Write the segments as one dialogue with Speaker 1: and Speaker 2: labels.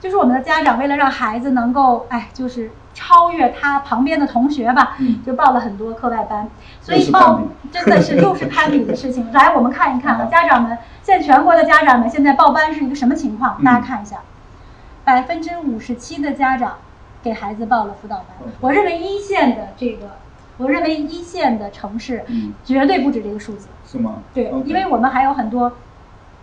Speaker 1: 就是我们的家长为了让孩子能够，哎，就是超越他旁边的同学吧，
Speaker 2: 嗯
Speaker 1: 就报了很多课外班，所
Speaker 2: 又
Speaker 1: 以
Speaker 2: 是
Speaker 1: 报
Speaker 2: 攀嗯
Speaker 1: 真的是又是攀比的事 情。来，我们看一看啊，家长们现在全国的家长们现在报班是一个什么情况？
Speaker 2: 嗯
Speaker 1: 大家看一下，百分之五十七的家长给孩子报了辅导班
Speaker 2: 嗯。
Speaker 1: 我认为一线的这个，我认为一线的城市
Speaker 2: 嗯
Speaker 1: 绝对不止这个数字。
Speaker 2: 是吗？
Speaker 1: 对
Speaker 2: OK
Speaker 1: 因为我们还有很多，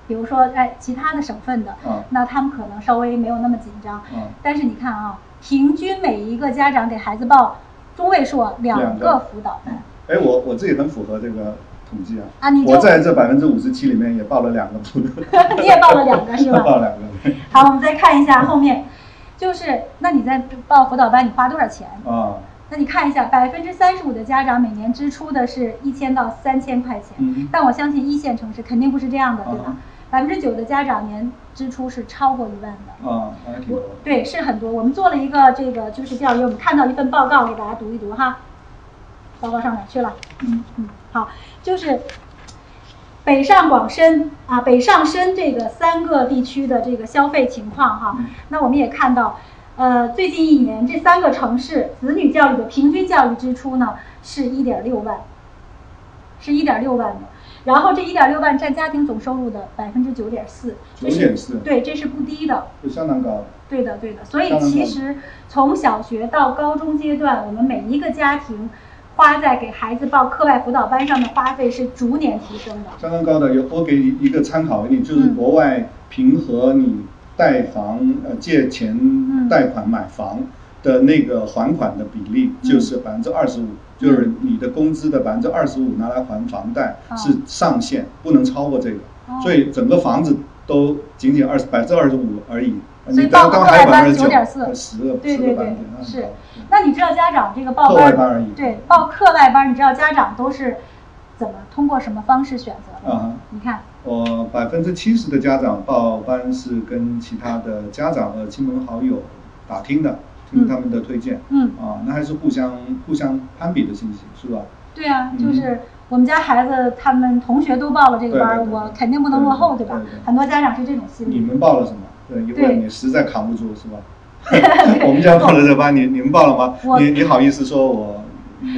Speaker 1: 比如说哎其他的省份的，
Speaker 2: 啊
Speaker 1: 那他们可能稍微没有那么紧张。
Speaker 2: 嗯
Speaker 1: 但是你看啊，平均每一个家长给孩子报中位数两
Speaker 2: 两
Speaker 1: 个
Speaker 2: 个
Speaker 1: 辅导 班，
Speaker 2: 哎，我我自己很符合这个统计啊。
Speaker 1: 啊你就
Speaker 2: 我在这百分之五十七里面也报了两个不能，
Speaker 1: 你也报了两个是吧？
Speaker 2: 报两个
Speaker 1: 好，我们再看一下后面，就是那你在报辅导班你花多少钱？
Speaker 2: 啊，
Speaker 1: 那你看一下，百分之三十五的家长每年支出的是一千到三千块钱，
Speaker 2: 嗯
Speaker 1: 但我相信一线城市肯定不是这样的，对吧
Speaker 2: 嗯？
Speaker 1: 百分之九的家长年支出是超过一万的。
Speaker 2: 啊，还挺多
Speaker 1: 我。对，是很多。我们做了一个这个就是调研，我们看到一份报告，给大家读一读哈。报告上哪儿去了？
Speaker 2: 嗯
Speaker 1: 嗯，好，就是北上广深啊，北上深这个三个地区的这个消费情况哈。
Speaker 2: 嗯
Speaker 1: 那我们也看到，呃，最近一年这三个城市子女教育的平均教育支出呢是一点六万，是一点六万的。然后这一点六万占家庭总收入的百分之九点四，这是
Speaker 2: 9.4
Speaker 1: 对，这是不低的。
Speaker 2: 就相当高。
Speaker 1: 对的，对的。所以
Speaker 2: 当然
Speaker 1: 其
Speaker 2: 了
Speaker 1: 实从小学到高中阶段，我们每一个家庭花在给孩子报课外辅导班上的花费是逐年提升的。
Speaker 2: 相当高的。有我给一个参考给你，就是
Speaker 1: 嗯
Speaker 2: 国外平和你贷房呃借钱贷款买房的那个还款的比例
Speaker 1: 嗯
Speaker 2: 就是百分之二十五，就是你的工资的百分之二十五拿来还房贷
Speaker 1: 哦
Speaker 2: 是上限，不能超过这个
Speaker 1: 哦，
Speaker 2: 所以整个房子都仅仅二百分之二十五而已。
Speaker 1: 所以
Speaker 2: 你刚
Speaker 1: 报
Speaker 2: 刚
Speaker 1: 课外
Speaker 2: 还百
Speaker 1: 班
Speaker 2: 分之九
Speaker 1: 9.4
Speaker 2: 十个
Speaker 1: 对
Speaker 2: 十
Speaker 1: 对
Speaker 2: 个百
Speaker 1: 对
Speaker 2: 分点，，那很
Speaker 1: 是
Speaker 2: 高。
Speaker 1: 那你知道家长这个报
Speaker 2: 课
Speaker 1: 班
Speaker 2: 外
Speaker 1: 儿，
Speaker 2: 班而已
Speaker 1: 对，报课外班儿，你知道家长都是怎么通过什么方式选择的？
Speaker 2: 啊哈
Speaker 1: 你看，
Speaker 2: 我呃百分之七十的家长报班是跟其他的家长和亲朋好友打听的，听他们的推荐。
Speaker 1: 嗯
Speaker 2: 啊，那还是互相互相攀比的信息，是吧？
Speaker 1: 对啊，
Speaker 2: 嗯
Speaker 1: 就是我们家孩子他们同学都报了这个
Speaker 2: 对
Speaker 1: 班儿，
Speaker 2: 对对
Speaker 1: 我
Speaker 2: 对
Speaker 1: 肯定不能落后，
Speaker 2: 对
Speaker 1: 吧
Speaker 2: 对对？
Speaker 1: 很多家长是这种心
Speaker 2: 你
Speaker 1: 理。
Speaker 2: 们报了什么？对，一
Speaker 1: 对
Speaker 2: 问你实在扛不住，是吧？ 我们家报了这班，你你们报了
Speaker 1: 我
Speaker 2: 吗？你你好意思说我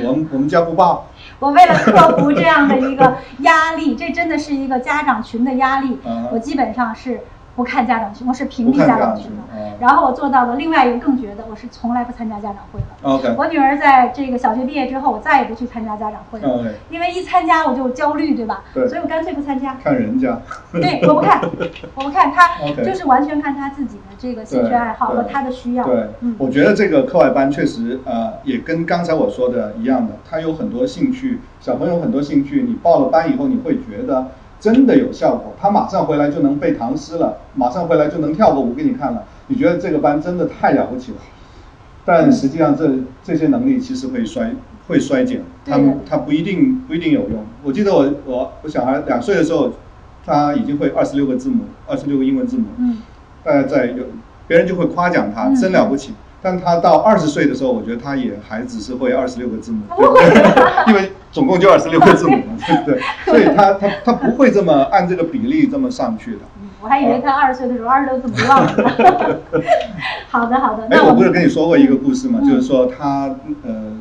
Speaker 2: 我们我们家不报？
Speaker 1: 我为了克服这样的一个压 力，这真的是一个家长群的压力
Speaker 2: 嗯哼。
Speaker 1: 我基本上是不看家长群，我是屏蔽
Speaker 2: 不看
Speaker 1: 家
Speaker 2: 家
Speaker 1: 长
Speaker 2: 长
Speaker 1: 群
Speaker 2: 群
Speaker 1: 的
Speaker 2: 嗯。
Speaker 1: 然后我做到了另外一个更绝的，我是从来不参加家长会的。
Speaker 2: OK
Speaker 1: 我女儿在这个小学毕业之后，我再也不去参加家长会了
Speaker 2: OK，
Speaker 1: 因为一参加我就焦虑，对吧？
Speaker 2: 嗯对
Speaker 1: 所以我干脆不参 加。
Speaker 2: 看人家。
Speaker 1: 对，我不看，我不看，她
Speaker 2: OK
Speaker 1: 就是完全看她自己的这个兴趣
Speaker 2: 对
Speaker 1: 爱好和
Speaker 2: 对
Speaker 1: 她的需要。
Speaker 2: 对，
Speaker 1: 嗯，
Speaker 2: 我觉得这个课外班确实，呃，也跟刚才我说的一样的，他有很多兴趣，小朋友很多兴趣，你报了班以后，你会觉得真的有效果，他马上回来就能背唐诗了，马上回来就能跳个舞给你看了，你觉得这个班真的太了不起了。但实际上这这些能力其实会衰会衰减，
Speaker 1: 对
Speaker 2: 他
Speaker 1: 的
Speaker 2: 们他不一定不一定有用。我记得我我我小孩两岁的时候，他已经会二十六个字母，二十六个英文字母。
Speaker 1: 嗯，
Speaker 2: 大家在有别人就会夸奖他，
Speaker 1: 嗯
Speaker 2: 真了不起。但他到二十岁的时候，我觉得他也还只是会二十六 个字母，对因为总共就二十六个字母嘛，对不对？所以他他他不会这么按这个比例这么上去的。
Speaker 1: 嗯我还以为她二十岁的时候二十六字母忘 了。 好的，好的，
Speaker 2: 哎，
Speaker 1: 那
Speaker 2: 我
Speaker 1: 我
Speaker 2: 不
Speaker 1: 们
Speaker 2: 是跟你说过一个故事嘛，
Speaker 1: 嗯
Speaker 2: 就是说他呃，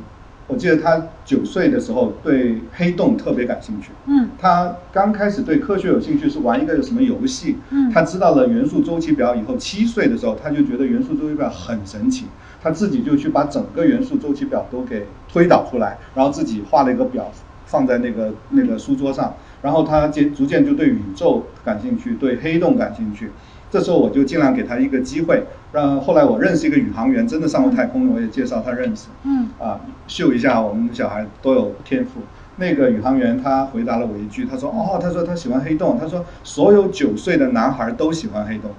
Speaker 2: 我记得他九岁的时候对黑洞特别感兴趣。
Speaker 1: 嗯
Speaker 2: 他刚开始对科学有兴趣是玩一个什么游戏？
Speaker 1: 嗯
Speaker 2: 他知道了元素周期表以后，七岁的时候他就觉得元素周期表很神奇，他自己就去把整个元素周期表都给推导出来，然后自己画了一个表放在那
Speaker 1: 嗯
Speaker 2: 个那个书桌上，然后他渐逐渐就对宇宙感兴趣，对黑洞感兴趣。这时候我就尽量给他一个机会，让后来我认识一个宇航员，真的上过太空的，我也介绍他认识。
Speaker 1: 嗯
Speaker 2: 啊，秀一下我们小孩都有天赋。那个宇航员他回答了我一句，他说：“哦，他说他喜欢黑洞，他说所有九岁的男孩都喜欢黑洞，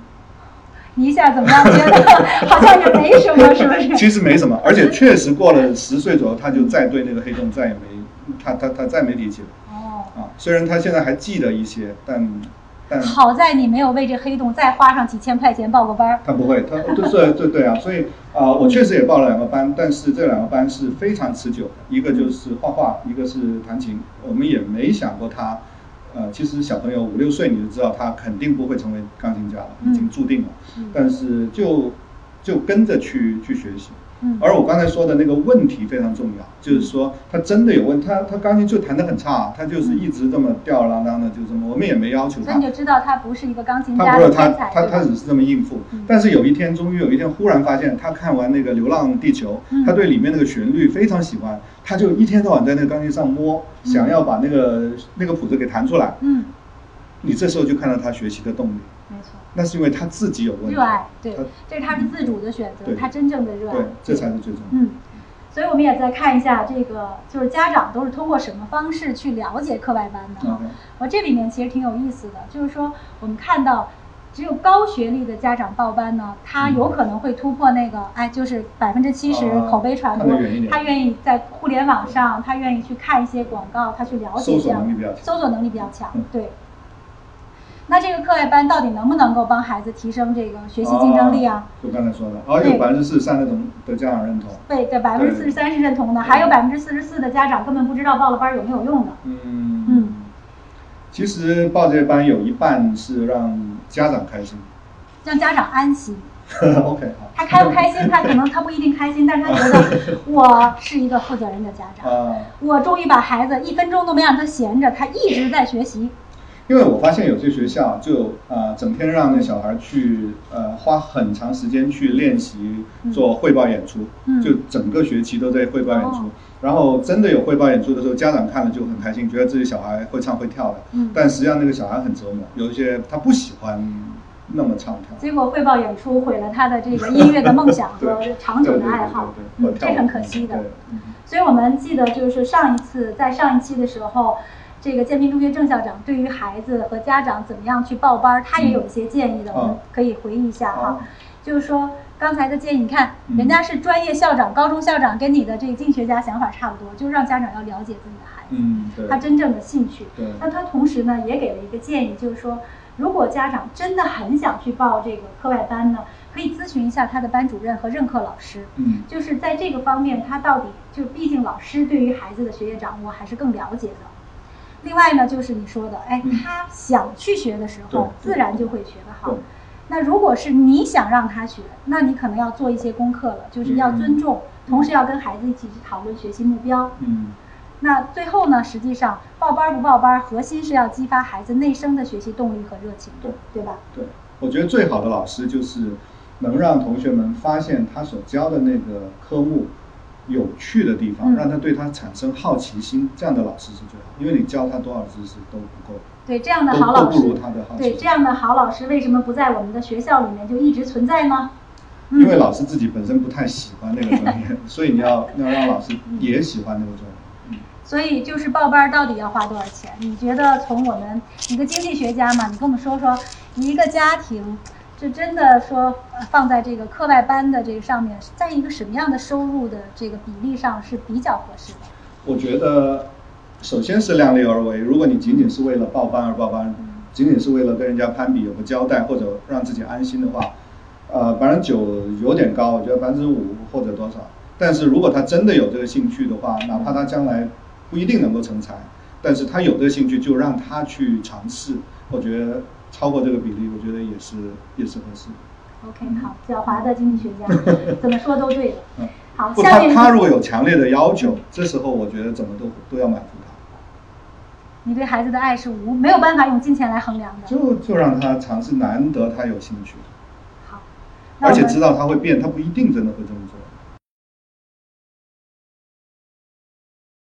Speaker 1: 你一下怎么样？觉得好像也没什么，是不
Speaker 2: 其
Speaker 1: 是？
Speaker 2: 实没什么，而且确实过了十岁左右，他就再对那个黑洞再也没他他他再没理解了
Speaker 1: 哦，
Speaker 2: 啊。虽然他现在还记得一些，但但
Speaker 1: 好在你没有为这黑洞再花上几千块钱报个班儿。
Speaker 2: 他不会，他对对对对啊，所以啊、我确实也报了两个班，但是这两个班是非常持久的，一个就是画画，一个是弹琴。我们也没想过他，呃，其实小朋友五六岁你就知道他肯定不会成为钢琴家了，
Speaker 1: 嗯
Speaker 2: 已经注定了。
Speaker 1: 嗯
Speaker 2: 但是就就跟着去去学习。
Speaker 1: 嗯
Speaker 2: 而我刚才说的那个问题非常重要，就是说他真的有问，他他钢琴就弹得很差啊，他就是一直这么吊儿郎当的，就这么，我们也没要求
Speaker 1: 所以
Speaker 2: 他
Speaker 1: 你，就知道他不是一个钢琴
Speaker 2: 他
Speaker 1: 家
Speaker 2: 不
Speaker 1: 的
Speaker 2: 是他
Speaker 1: 天才，
Speaker 2: 他他
Speaker 1: 对吧
Speaker 2: 只是这么应付
Speaker 1: 嗯。
Speaker 2: 但是有一天，终于有一天，忽然发现他看完那个《流浪地球
Speaker 1: 嗯》，
Speaker 2: 他对里面那个旋律非常喜欢，他就一天到晚在那个钢琴上摸，
Speaker 1: 嗯
Speaker 2: 想要把那个那个谱子给弹出来。
Speaker 1: 嗯，
Speaker 2: 你这时候就看到他学习的动力，
Speaker 1: 没错，
Speaker 2: 那是因为他自己有问题，
Speaker 1: 热爱，对
Speaker 2: 他，
Speaker 1: 这是他是自主的选择，
Speaker 2: 对
Speaker 1: 他真正的热爱，
Speaker 2: 对，这才是最重要。
Speaker 1: 嗯，所以我们也在看一下这个，就是家长都是通过什么方式去了解课外班的啊
Speaker 2: OK。
Speaker 1: 我这里面其实挺有意思的，就是说我们看到。只有高学历的家长报班呢，他
Speaker 2: 嗯
Speaker 1: 有可能会突破那个，哎，就是百分之七十
Speaker 2: 啊
Speaker 1: 口碑传
Speaker 2: 看
Speaker 1: 播
Speaker 2: 得远一，点
Speaker 1: 他愿意在互联网上，他愿意去看一些广告，他去了解
Speaker 2: 搜
Speaker 1: 这
Speaker 2: 索
Speaker 1: 样
Speaker 2: 能力比较强
Speaker 1: 搜索能力比较强
Speaker 2: 嗯，
Speaker 1: 对。那这个课外班到底能不能够帮孩子提升这个学习竞争力啊？
Speaker 2: 哦就刚才说的，哦，
Speaker 1: 对
Speaker 2: 有百分之四十三的同的家长认同，
Speaker 1: 对对，百分之四十三是认同的，还有百分之四十四的家长根本不知道报了班有没有用的。
Speaker 2: 嗯
Speaker 1: 嗯
Speaker 2: 其实报这些班有一半是让家长开心
Speaker 1: 让家长安心，
Speaker 2: ，OK 好，
Speaker 1: 他开不开心，他可能他不一定开心，但是他觉得我是一个负责任的家长，
Speaker 2: 啊，
Speaker 1: 我终于把孩子一分钟都没让他闲着，他一直在学习。
Speaker 2: 因为我发现有些学校就啊、呃整天让那小孩去呃花很长时间去练习做汇报演出，
Speaker 1: 嗯
Speaker 2: 就整个学期都在汇报演出。
Speaker 1: 哦
Speaker 2: 然后真的有汇报演出的时候，家长看了就很开心，觉得自己小孩会唱会跳的。
Speaker 1: 嗯
Speaker 2: 但实际上那个小孩很折磨，有一些他不喜欢那么唱跳。
Speaker 1: 结果汇报演出毁了他的这个音乐的梦想和
Speaker 2: 对
Speaker 1: 长久的爱好，
Speaker 2: 对对对对
Speaker 1: 嗯，
Speaker 2: 对
Speaker 1: 这很可惜的
Speaker 2: 对。嗯
Speaker 1: 所以我们记得就是上一次在上一期的时候，这个建平中学郑校长对于孩子和家长怎么样去报班儿，他也有一些建议的，
Speaker 2: 嗯
Speaker 1: 我们可以回忆一下哈
Speaker 2: 哦。
Speaker 1: 就是说刚才的建议，你看
Speaker 2: 嗯
Speaker 1: 人家是专业校长、高中校长，跟你的这个经济学家想法差不多，就让家长要了解自己的孩子。
Speaker 2: 嗯，对，
Speaker 1: 他真正的兴趣
Speaker 2: 对。
Speaker 1: 那他同时呢，也给了一个建议，就是说，如果家长真的很想去报这个课外班呢，可以咨询一下他的班主任和任课老师。
Speaker 2: 嗯
Speaker 1: 就是在这个方面，他到底就毕竟老师对于孩子的学业掌握还是更了解的。另外呢，就是你说的，哎
Speaker 2: 嗯，
Speaker 1: 他想去学的时候，
Speaker 2: 对对
Speaker 1: 自然就会学得好
Speaker 2: 对。
Speaker 1: 那如果是你想让他学，那你可能要做一些功课了，就是要
Speaker 2: 嗯
Speaker 1: 尊重，同时要跟孩子一起去讨论学习目标。
Speaker 2: 嗯
Speaker 1: 那最后呢，实际上报班儿不报班儿，核心是要激发孩子内生的学习动力和热情，
Speaker 2: 对
Speaker 1: 对吧？
Speaker 2: 对，我觉得最好的老师就是能让同学们发现他所教的那个科目有趣的地
Speaker 1: 嗯
Speaker 2: 方，让他对他产生好奇心，这样的老师是最好，因为你教他多少知识都不够。
Speaker 1: 对这样的
Speaker 2: 都
Speaker 1: 好老
Speaker 2: 都不
Speaker 1: 师
Speaker 2: 如他的好，
Speaker 1: 对
Speaker 2: 奇
Speaker 1: 这样的好老师为什么不在我们的学校里面就一直存在呢？嗯
Speaker 2: 因为老师自己本身不太喜欢那个专业， 所以你要要让老师也喜欢那个专业。嗯
Speaker 1: 所以就是报班儿到底要花多少钱？你觉得从我们一个经济学家嘛，你跟我们说说，一个家庭，这真的说呃放在这个课外班的这个上面，在一个什么样的收入的这个比例上是比较合适的？
Speaker 2: 我觉得，首先是量力而为。如果你仅仅是为了报班而报班
Speaker 1: 嗯，
Speaker 2: 仅仅是为了跟人家攀比有个交代或者让自己安心的话，呃，百分之九有点高，我觉得百分之五或者多少。但是如果他真的有这个兴趣的话，哪怕他将来不一定能够成才，但是他有这个兴趣，就让他去尝试。我觉得超过这个比例，我觉得也是也是合适的。
Speaker 1: OK，好，狡猾的经济学家怎么说都对了
Speaker 2: 嗯。
Speaker 1: 好，
Speaker 2: 不，
Speaker 1: 下
Speaker 2: 他
Speaker 1: 面
Speaker 2: 他如果有强烈的要求，这时候我觉得怎么都都要满足他。
Speaker 1: 你对孩子的爱是无没有办法用金钱来衡量的。
Speaker 2: 就就让他尝试，难得他有兴趣，
Speaker 1: 好，那
Speaker 2: 而
Speaker 1: 我
Speaker 2: 且
Speaker 1: 们
Speaker 2: 知道他会变，他不一定真的会这么做。